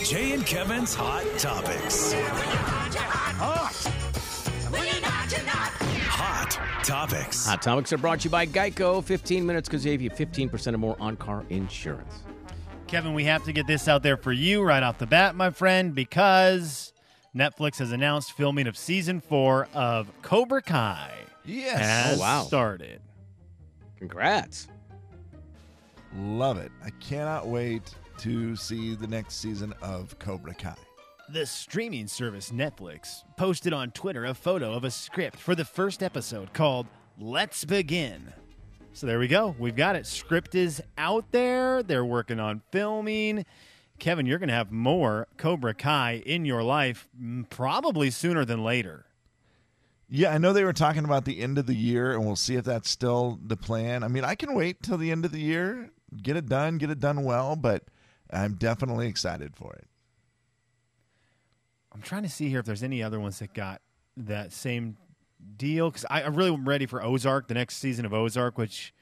Jay and Kevin's Hot Topics. Hot Topics. Hot topics are brought to you by Geico. 15 minutes could save you 15% or more on car insurance. Kevin, we have to get this out there for you right off the bat, my friend, because Netflix has announced filming of season four of Cobra Kai Yes. has Oh, wow. started. Congrats. Love it. I cannot wait to see the next season of Cobra Kai. The streaming service Netflix posted on Twitter a photo of a script for the first episode called Let's Begin. So there we go. We've got it. Script is out there. They're working on filming. Kevin, you're going to have more Cobra Kai in your life mm, probably sooner than later. Yeah, I know they were talking about the end of the year, and we'll see if that's still the plan. I mean, I can wait till the end of the year, get it done, get it done well, but I'm definitely excited for it. I'm trying to see here if there's any other ones that got that same deal because I, I really am ready for Ozark, the next season of Ozark, which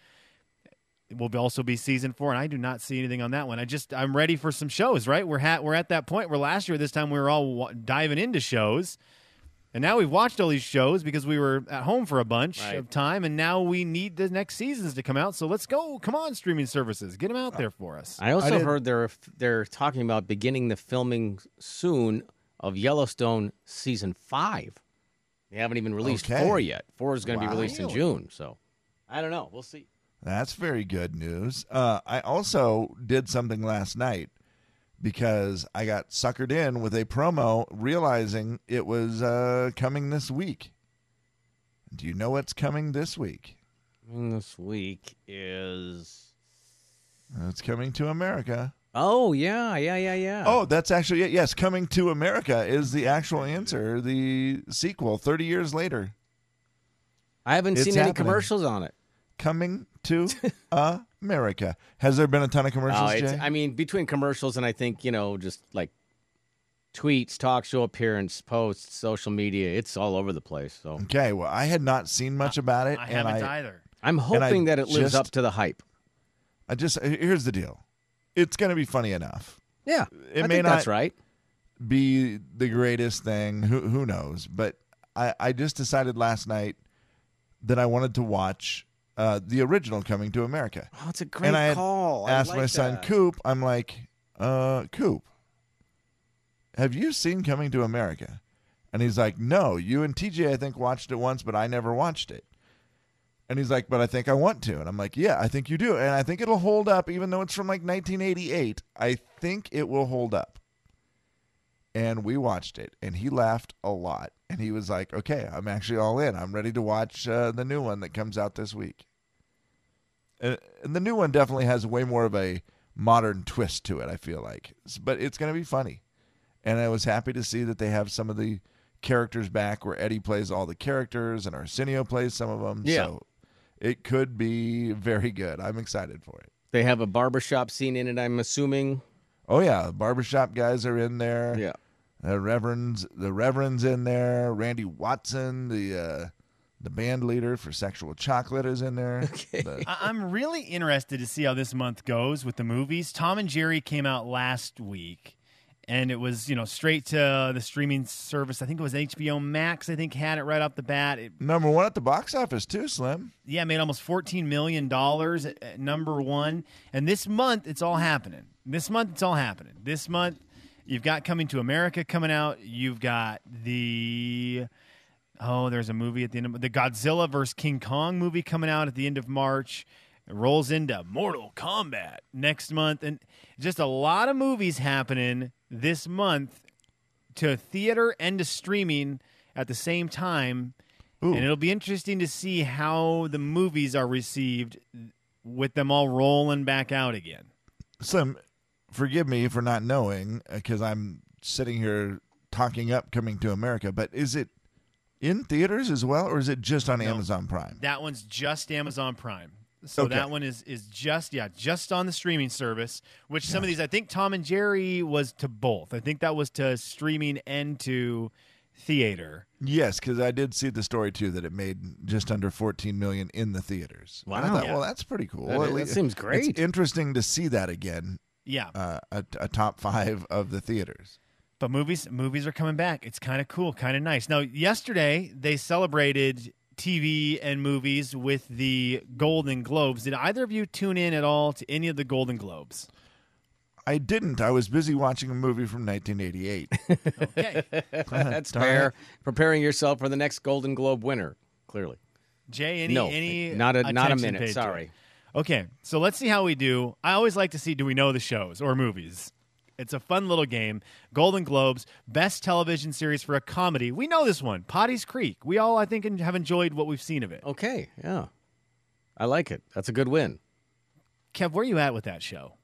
will be- also be season four, and I do not see anything on that one. I just I'm ready for some shows. Right, we're ha- we're at that point where last year this time we were all wa- diving into shows, and now we've watched all these shows because we were at home for a bunch Right. of time, and now we need the next seasons to come out. So let's go! Come on, streaming services, get them out there for us. I also did- heard they're they're talking about beginning the filming soon of Yellowstone season five. They haven't even released Okay. four yet. Four is going to be Wow. released in June. So I don't know. We'll see. That's very good news. Uh, I also did something last night because I got suckered in with a promo realizing it was uh, coming this week. Do you know what's coming this week? And this week is It's coming to America. oh yeah yeah yeah yeah Oh, that's actually it. Yes, Coming to America is the actual answer, the sequel 30 years later. I haven't it's seen any happening. commercials on it. Coming to America. Has there been a ton of Oh, commercials, it's, Jay? I mean, between commercials and I think you know, just like tweets, talk show appearance, posts, social media, it's all over the place. So okay, well, I had not seen much about it. I and haven't I, either. I'm I hoping that it lives just- up to the hype. I just, here's the deal it's going to be funny enough. Yeah, It I may think that's not- right. be the greatest thing. Who who knows? But I, I just decided last night that I wanted to watch uh, the original Coming to America. Oh, it's a great and I had call. I asked like my son that. Coop. I'm like, uh, Coop, have you seen Coming to America? And he's like, No, you and TJ I think watched it once, but I never watched it. And he's like, But I think I want to. And I'm like, Yeah, I think you do. And I think it'll hold up, even though it's from like 1988. I think it will hold up. And we watched it, and he laughed a lot. And he was like, Okay, I'm actually all in. I'm ready to watch uh, the new one that comes out this week. And and the new one definitely has way more of a modern twist to it, I feel like. S- But it's going to be funny. And I was happy to see that they have some of the characters back where Eddie plays all the characters and Arsenio plays some of them. Yeah. So it could be very good. I'm excited for it. They have a barbershop scene in it. I'm assuming. Oh, yeah. The barbershop guys are in there. Yeah. The Reverend's, the Reverend's in there. Randy Watson, the. Uh, the band leader for Sexual Chocolate is in there. The- I- I'm really interested to see how this month goes with the movies. Tom and Jerry came out last week, and it was you know straight to the streaming service. I think it was HBO Max. I think had it right off the bat. It, number one at the box office, too, Slim. yeah, made almost 14 million dollars at, at number one. And this month, it's all happening. This month, it's all happening. This month, you've got Coming to America coming out. You've got the oh, there's a movie at the end of the Godzilla versus King Kong movie coming out at the end of March. It rolls into Mortal Kombat next month, and just a lot of movies happening this month to theater and to streaming at the same time. Ooh. And it'll be interesting to see how the movies are received with them all rolling back out again. Slim, forgive me for not knowing because I'm sitting here talking up coming to America, but is it in theaters as well or is it just on Amazon Prime? That one's just Amazon Prime. So Okay. that one is is just yeah, just on the streaming service, which some of these I think Tom and Jerry was to both. I think that was to streaming and to theater. Yes, because I did see the story too that it made just under 14 million in the theaters. And I Wow. thought, Yeah. well, that's pretty cool. That- At that least- seems great. It's interesting to see that again Yeah, uh, a, a top five of the theaters. but movies movies are coming back. It's kind of cool, kind of nice. Now, yesterday they celebrated TV and movies with the Golden Globes. Did either of you tune in at all to any of the Golden Globes? I didn't. I was busy watching a movie from 1988. Okay, That's Darn it. fair. Preparing yourself for the next Golden Globe winner, clearly. Jay, any no, any not a not a attention minute. paid to it? Sorry. Okay, so let's see how we do. I always like to see do we know the shows or movies. It's a fun little game. Golden Globes, best television series for a comedy. We know this one, Potty's Creek. We all, I think, en- have enjoyed what we've seen of it. Okay, yeah, I like it. That's a good win. Kev, where are you at with that show?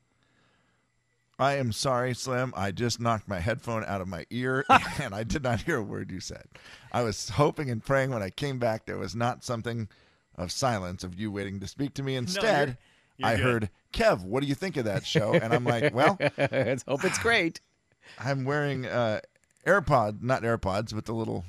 I am sorry, Slim. I just knocked my headphone out of my ear and I did not hear a word you said. I was hoping and praying when I came back there was not something of silence of you waiting to speak to me. Instead, you're I good. heard, Kev, what do you think of that show? And I'm like, well, Let's hope it's great. I'm wearing uh, AirPod, not AirPods, but the little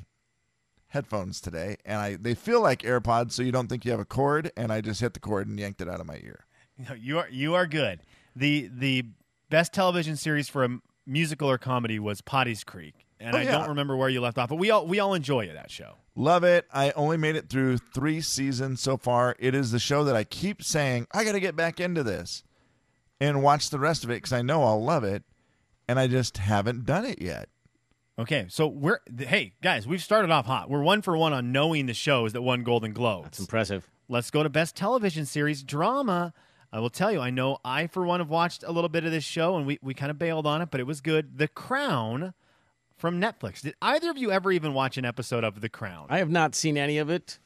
headphones today, and I they feel like AirPods, so you don't think you have a cord. And I just hit the cord and yanked it out of my ear. No, you are you are good. The the best television series for a m- musical or comedy was Potty's Creek, and Oh, I yeah. don't remember where you left off, but we all we all enjoy it, that show. Love it. I only made it through three seasons so far. It is the show that I keep saying I got to get back into this and watch the rest of it because I know I'll love it, and I just haven't done it yet. Okay, so we're th- hey guys, we've started off hot. We're one for one on knowing the shows that won Golden It's Globes. impressive. Let's go to best television series drama. I will tell you, I know I for one have watched a little bit of this show, and we we kind of bailed on it, but it was good. The Crown from Netflix. Did either of you ever even watch an episode of The Crown? I have not seen any of it.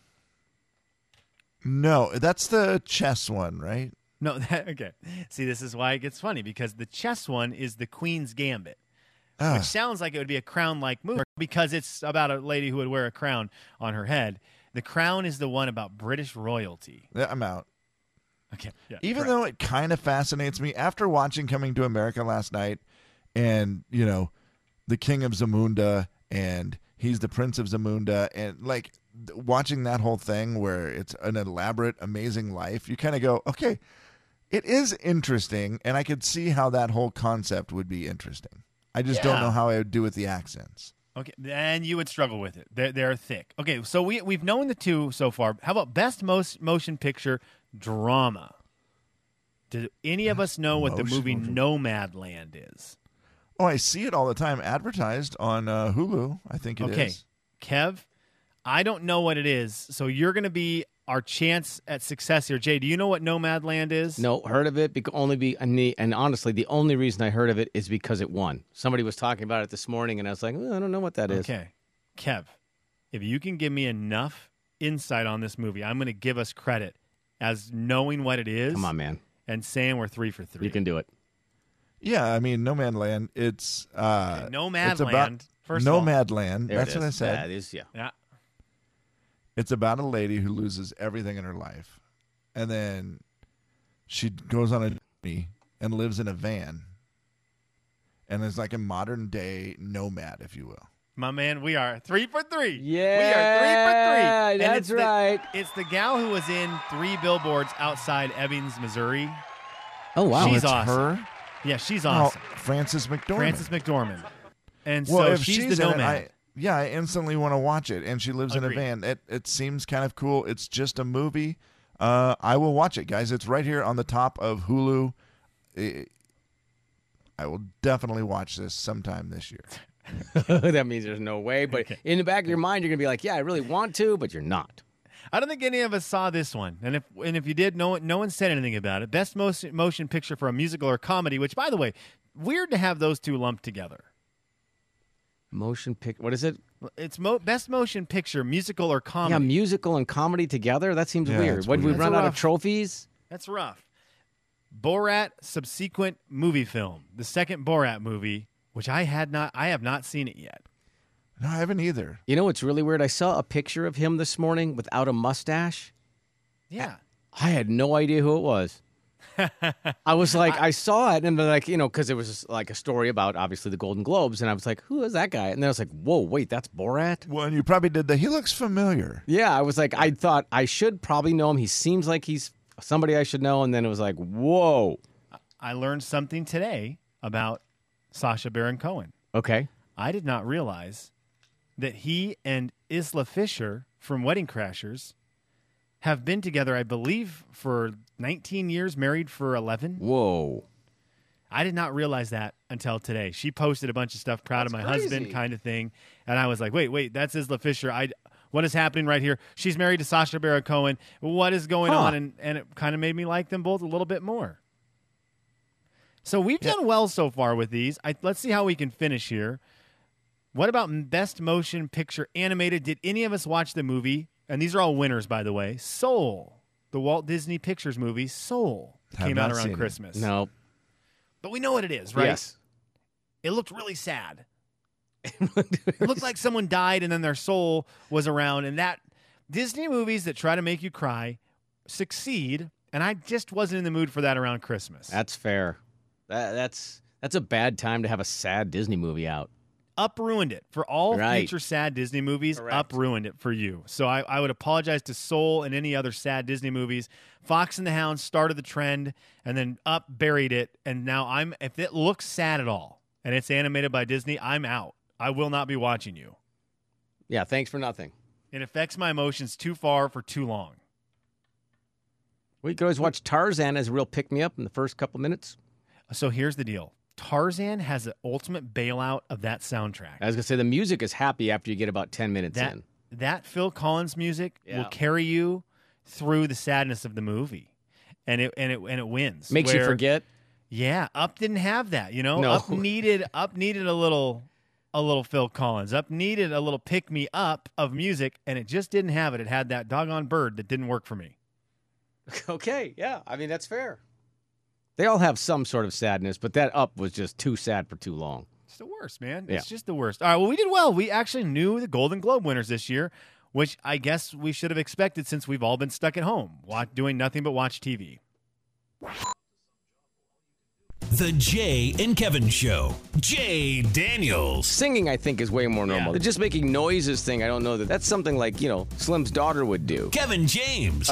No, that's the chess one, right? No, that, okay. See, this is why it gets funny because the chess one is the Queen's Gambit, Ah. which sounds like it would be a crown-like movie because it's about a lady who would wear a crown on her head. The Crown is the one about British royalty. Yeah, I'm out. Okay, yeah, Even correct. though it kind of fascinates me, after watching Coming to America last night and, you know, the King of Zamunda and he's the Prince of Zamunda and like th- watching that whole thing where it's an elaborate, amazing life, you kind of go, okay, it is interesting. And I could see how that whole concept would be interesting. I just don't Yeah. know how I would do with the accents. Okay, then you would struggle with it. They're, they're thick. Okay, so we, we've known the two so far. How about best most motion picture drama? Did any of us know what the Motion- movie Nomadland is? Oh, I see it all the time advertised on uh, Hulu. I think it is. okay, Kev, I don't know what it is, so you're going to be our chance at success here. Jay, do you know what Nomadland is? No, heard of it. bec- Only be and, the, and honestly, the only reason I heard of it is because it won. Somebody was talking about it this morning, and I was like, "Well, I don't know what that is. Okay, Kev, if you can give me enough insight on this movie, I'm going to give us credit as knowing what it is Come on, man, and saying we're three for three. you can do it. Yeah, I mean, No Man Land. It's uh, Okay, Nomadland, It's about first of all. Nomad Land. There it That's what I is. said. That is, yeah. Yeah. It's about a lady who loses everything in her life, and then she goes on a journey and lives in a van, and is like a modern day nomad, if you will. My man, we are three for three. Yeah, we are three for three. And that's it's the- right. It's the gal who was in three billboards outside Ebbings, Missouri. Oh wow, She's it's awesome. her. Yeah, she's Oh, awesome. Frances McDormand. Frances McDormand. And well, so if she's, the in it, nomad. I, yeah, I instantly want to watch it. And she lives Agreed. in a van. It it seems kind of cool. It's just a movie. Uh, I will watch it, guys. It's right here on the top of Hulu. I- I will definitely watch this sometime this year. that means there's no way. But in the back of your mind, you're gonna be like, "Yeah, I really want to," but you're not. I don't think any of us saw this one. And if and if you did, no one- no one said anything about it. Best motion motion picture for a musical or comedy, which by the way, weird to have those two lumped together. Motion pic. What is it? It's mo- best motion picture, musical or comedy. Yeah, musical and comedy together. That seems Yeah, weird. that's When we weird. That's run a out of rough- trophies, That's rough. Borat subsequent movie film, the second Borat movie, which I had not, I have not seen it yet. No, I haven't either. you know what's really weird? I saw a picture of him this morning without a mustache. Yeah, I had no idea who it was. I was like, I, saw it, and then like, you know, because it was like a story about obviously the Golden Globes, and I was like, who is that guy? And then I was like, whoa, wait, that's Borat. Well, and you probably did the. He looks familiar. Yeah, I was like, I thought I should probably know him. He seems like he's somebody I should know, and then it was like, whoa, I learned something today about Sasha Baron Cohen. Okay. I did not realize that he and Isla Fisher from Wedding Crashers have been together, I believe, for 19 years, married for 11. Whoa. I did not realize that until today. She posted a bunch of stuff, proud of my That's husband crazy. kind of thing. And I was like, wait, wait, that's Isla Fisher. I, what is happening right here? She's married to Sasha Baron Cohen. What is going Huh. on? And, and it kind of made me like them both a little bit more. So we've done well so far with these. I, let's see how we can finish here. What about m- best motion picture animated? Did any of us watch the movie? And these are all winners, by the way. Soul, the Walt Disney Pictures movie, Soul, Have came out not seen around it. Christmas. No. But we know what it is, right? Yes. It looked really sad. It looked like someone died and then their soul was around. And that Disney movies that try to make you cry succeed. And I just wasn't in the mood for that around Christmas. That's fair. That, that's that's a bad time to have a sad Disney movie out. Up ruined it for all Right. future sad Disney movies. Correct. Up ruined it for you. So I, I would apologize to Soul and any other sad Disney movies. Fox and the Hound started the trend, and then Up buried it. And now I'm if it looks sad at all, and it's animated by Disney, I'm out. I will not be watching you. Yeah. Thanks for nothing. It affects my emotions too far for too long. We could always watch Tarzan as a real pick me up in the first couple minutes. So here's the deal. Tarzan has an ultimate bailout of that soundtrack. I was gonna say the music is happy after you get about ten minutes that in. that Phil Collins music will Yeah. carry you through the sadness of the movie, and it and it and it wins. Makes you Where- forget. Yeah, Up didn't have that. You know, No. Up needed Up needed a little a little Phil Collins. Up needed a little pick me up of music, and it just didn't have it. It had that doggone bird that didn't work for me. Okay. Yeah. I mean that's fair. They all have some sort of sadness, but that up was just too sad for too long. It's the worst, man. Yeah. It's just the worst. All right, well, we did well. We actually knew the Golden Globe winners this year, which I guess we should have expected since we've all been stuck at home, wa doing nothing but watch TV. The Jay and Kevin Show. Jay Daniels. Singing, I think, is way more normal. The Just making noises thing, I don't know that that's something like you know Slim's daughter would do. Kevin James.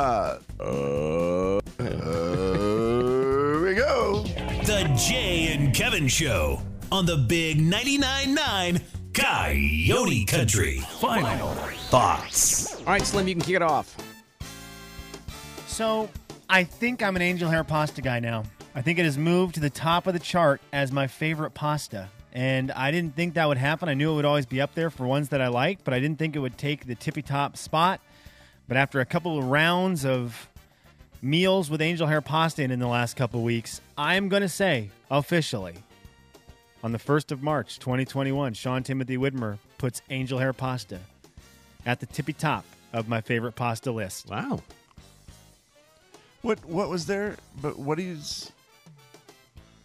Here we go. the Jay and Kevin Show on the Big 99.9 9 Coyote Country. Final thoughts. All right, Slim, you can kick it off. So I think I'm an angel hair pasta guy now. I think it has moved to the top of the chart as my favorite pasta. And I didn't think that would happen. I knew it would always be up there for ones that I liked, but I didn't think it would take the tippy top spot. But after a couple of rounds of meals with angel hair pasta in, in the last couple of weeks, I'm going to say officially on the 1st of March 2021, Sean Timothy Widmer puts angel hair pasta at the tippy top of my favorite pasta list. Wow. What what was there? But what is?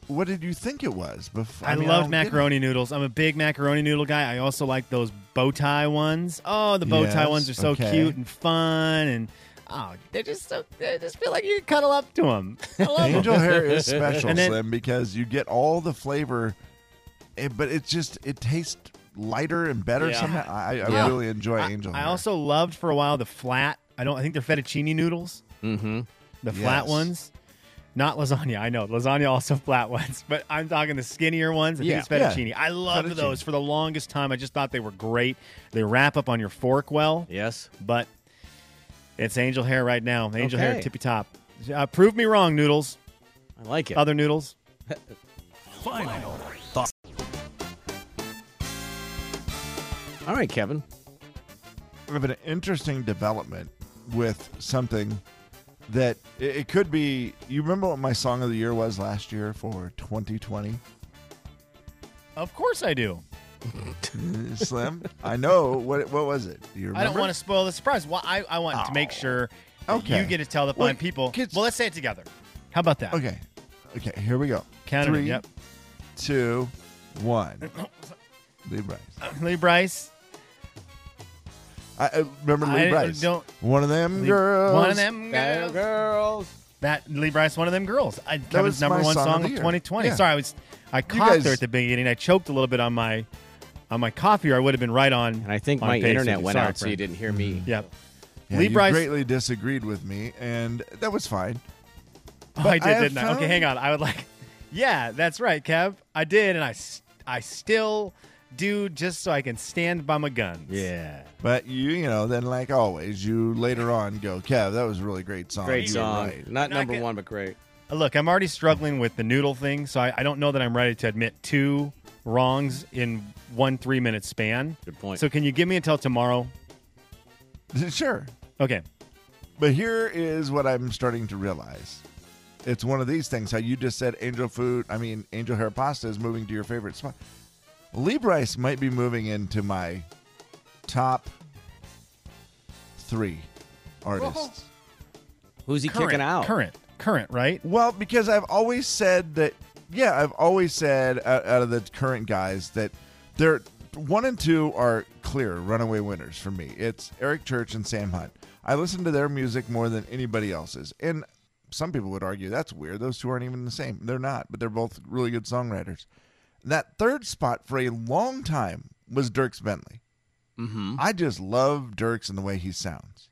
What did you think it was? Before I, love macaroni noodles. I'm a big macaroni noodle guy. I also like those bow tie ones. Oh, the bow tie Yes, ones are so okay. cute and fun, and oh, they're just so. They just feel like you can cuddle up to them. I love 'em. Angel hair is special, And then- Slim, because you get all the flavor, eh, but it just it tastes lighter and better Yeah. somehow. I, I Yeah. really enjoy angel I hair. also loved for a while the flat. I don't. I think they're fettuccine noodles. Mm-hmm. The flat Yes. ones. Not lasagna, I know. Lasagna also flat ones, but I'm talking the skinnier ones. I Yeah. think it's fettuccine. I loved Fettuccine. those for the longest time. I just thought they were great. They wrap up on your fork well. Yes. but it's angel hair right now. Angel hair Okay. tippy top. Uh, prove me wrong, noodles. I like it. Other noodles. Final. All right, Kevin. of an interesting development with something that it, it could be. You remember what my song of the year was last year for 2020? Of course I do. Eh, Slim, I know what what was it? Do you remember? Oh. I don't want to spoil the surprise. Well, I, I want to make sure that Okay. you get to tell the Well, fine people. kids- Well, let's say it together. How about that? Okay, okay, here we go. Count it. Three, Yep. two, one. Lee Bryce. Lee Bryce. I, I remember Lee I Bryce. don't- one of them Lee- girls. One of them girls. girls. That Lee Bryce, one of them girls. I, that, was, was number my one song of song the of year. 2020. Yeah. Sorry, I was I coughed guys- there at the beginning. I choked a little bit on my on my coffee, or I would have been right on. And I think on my pace. internet went Sorry, out, so you friend. didn't hear me. Yep. Yeah, Lee you Bryce- greatly disagreed with me, and that was fine. Oh, But I did, I have didn't I? Okay, found- hang on. I would like Yeah, that's right, Kev. I did, and I, s- I still do just so I can stand by my guns. Yeah. But you, you know, then like always, you later on go, Kev, that was a really great song. Great You were song. right." Not Not number good. one, but great. Uh, Look, I'm already struggling with the noodle thing, so I, I don't know that I'm ready to admit two wrongs in one three minute span. Good point. So, can you give me until tomorrow? sure. Okay. But here is what I'm starting to realize. It's one of these things how you just said angel food, I mean, angel hair pasta is moving to your favorite spot. Lee Bryce might be moving into my top three artists. Who's he Current, kicking out? Current. Current, right? Well, because I've always said that, yeah, I've always said out, out of the current guys that they're one and two are clear runaway winners for me. It's Eric Church and Sam Hunt. I listen to their music more than anybody else's. And some people would argue that's weird. Those two aren't even the same. They're not, but they're both really good songwriters. That third spot for a long time was Dirks Bentley. Mm-hmm. I just love Dirks and the way he sounds.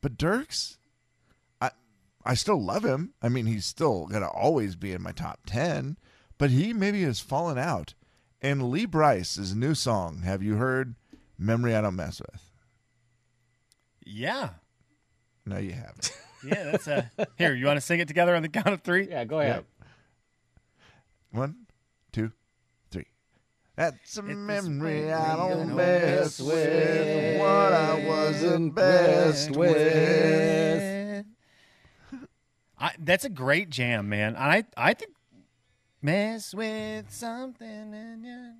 But Dirks, I I still love him. I mean, he's still gonna always be in my top ten, but he maybe has fallen out. And Lee Bryce's new song, have you heard? Memory I don't mess with. Yeah. No, you haven't. Yeah, that's a. Here, you want to sing it together on the count of three? Yeah, go ahead. One, two, three. That's a It's a memory memory I don't I mess with. What I wasn't best with. I, that's a great jam, man. I I think mess with something. And you.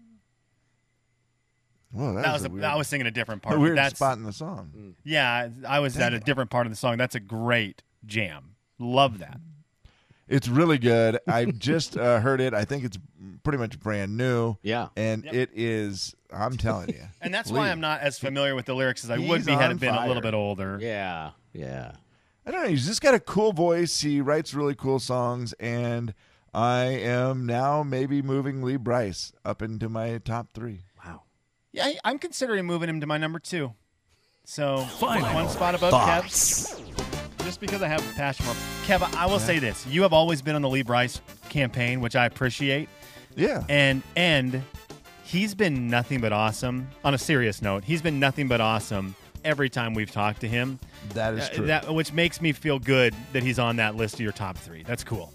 Whoa, that, That was a, a weird, I was singing a different part. a but weird that's, Mm. spot in the song. Yeah, I was at a Dang. different part of the song. That's a great jam. Love that. It's really good. I just uh, heard it. I think it's pretty much brand new. Yeah. And Yep. it is, I'm telling you. And that's why I'm not as familiar with the lyrics as I would He's be had I on been a little fire. bit older. Yeah. Yeah. I don't know. He's just got a cool voice. He writes really cool songs. And I am now maybe moving Lee Bryce up into my top three. Wow. Yeah, I, I'm considering moving him to my number two. So Final one spot above thoughts. Kev, just because I have passion for Kev. I will say this: you have always been on the Lee Bryce campaign, which I appreciate, Yeah. and and he's been nothing but awesome. On a serious note, he's been nothing but awesome every time we've talked to him. that is Uh, true. That which makes me feel good that he's on that list of your top three. That's cool.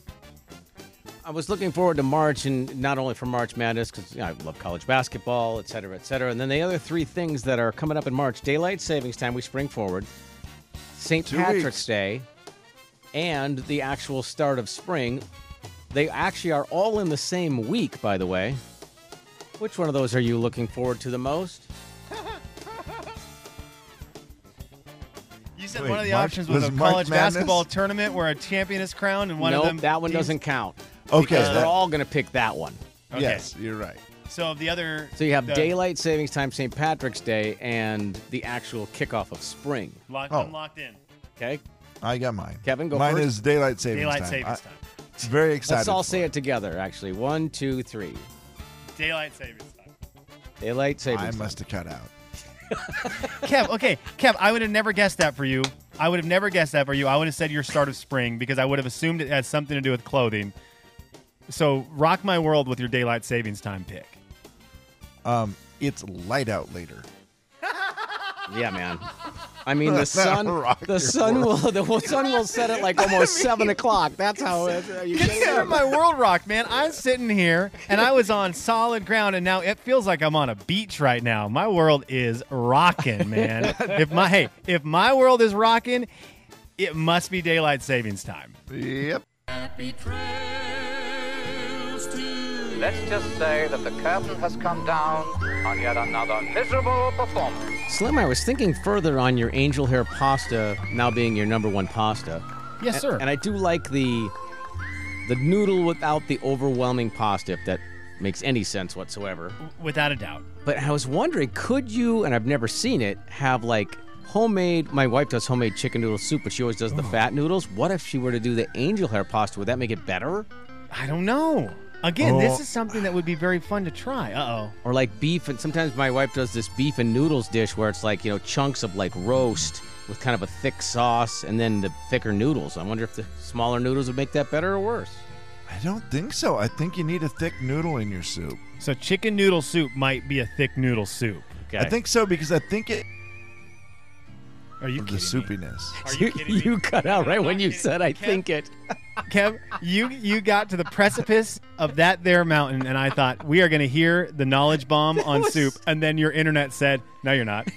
I was looking forward to March, and not only for March Madness, because I love college basketball, et cetera, et cetera. And then the other three things that are coming up in March daylight savings time, we spring forward, St. Two Patrick's weeks. Day, and the actual start of spring. They actually are all in the same week, by the way. Which one of those are you looking forward to the most? You said Wait, one of the March- options was, was a March college Madness? basketball tournament where a champion is crowned, and one nope, of them. that one teams- doesn't count. okay. Because that- we're all going to pick that one. Okay. Yes, you're right. So the other. So you have the daylight savings time, St. Patrick's Day, and the actual kickoff of spring. Locked, Oh. I'm locked in. Okay, I got mine. Kevin, go mine first. is daylight savings Daylight time. savings I- time. It's very exciting. Let's all say it together. Actually, one, two, three. Daylight savings time. Daylight savings. I time. must have cut out. Kev, okay, Kev, I would have never guessed that for you. I would have never guessed that for you. I would have said your start of spring because I would have assumed it had something to do with clothing. So rock my world with your daylight savings time pick. Um, it's light out later. Yeah, man. I mean, the sun. Rock The your sun will. world. The sun will set at like almost seven o'clock. That's how. It, are you kidding me? Consider my world rocked, man. I'm sitting here and I was on solid ground, and now it feels like I'm on a beach right now. My world is rocking, man. if my hey, if my world is rocking, it must be daylight savings time. Yep. Let's just say that the curtain has come down on yet another miserable performance. Slim, I was thinking further on your angel hair pasta now being your number one pasta. Yes, sir. And I do like the the noodle without the overwhelming pasta, if that makes any sense whatsoever. Without a doubt. But I was wondering, could you, and I've never seen it, have like homemade, my wife does homemade chicken noodle soup, but she always does the Oh. fat noodles. What if she were to do the angel hair pasta? Would that make it better? I don't know. Again, this Oh. is something that would be very fun to try. Uh oh. Or like beef, and sometimes my wife does this beef and noodles dish where it's like, you know, chunks of like roast with kind of a thick sauce and then the thicker noodles. I wonder if the smaller noodles would make that better or worse. I don't think so. I think you need a thick noodle in your soup. So chicken noodle soup might be a thick noodle soup. Okay. I think so because I think it Are you the kidding me? soupiness. Are you, you kidding me? you cut out right I'm when not you kidding. said I Kev- think it. Kev, you you got to the precipice of that there mountain, and I thought we are going to hear the knowledge bomb on was- soup, and then your internet said, "No, you're not."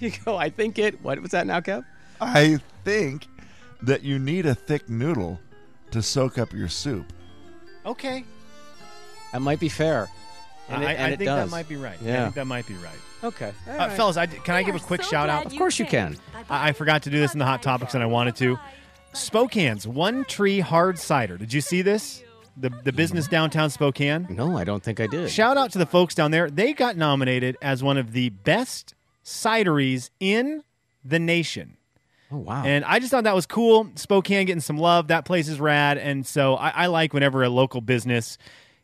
You go, I think it. What was that now, Kev? I think that you need a thick noodle to soak up your soup. Okay, That might be fair. And it, I, and I it think does. that might be right. I Yeah. think that might be right. Okay. All Uh, right. Fellas, I, can I give a quick shout out? Of course you can. I, I forgot to do this in the hot topics, and I wanted to. Spokane's One Tree Hard Cider. Did you see this? The the business downtown Spokane. No, I don't think I did. Shout out to the folks down there. They got nominated as one of the best cideries in the nation. oh wow. And I just thought that was cool. Spokane getting some love. That place is rad. And so I, I like whenever a local business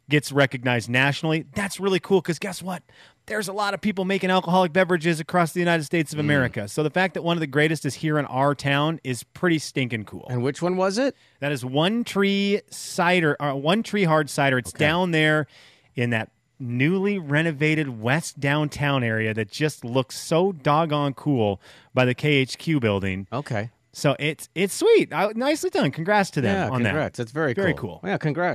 gets recognized nationally. That's really cool because guess what? There's a lot of people making alcoholic beverages across the United States of America. So the fact that one of the greatest is here in our town is pretty stinking cool. and which one was it? That is One Tree Cider, or One Tree Hard Cider. It's down there in that newly renovated West Downtown area that just looks so doggone cool by the KHQ building. Okay. So it's it's sweet. I, nicely done. Congrats to them yeah. on congrats. that. That's very Very cool. cool. Yeah. Congrats.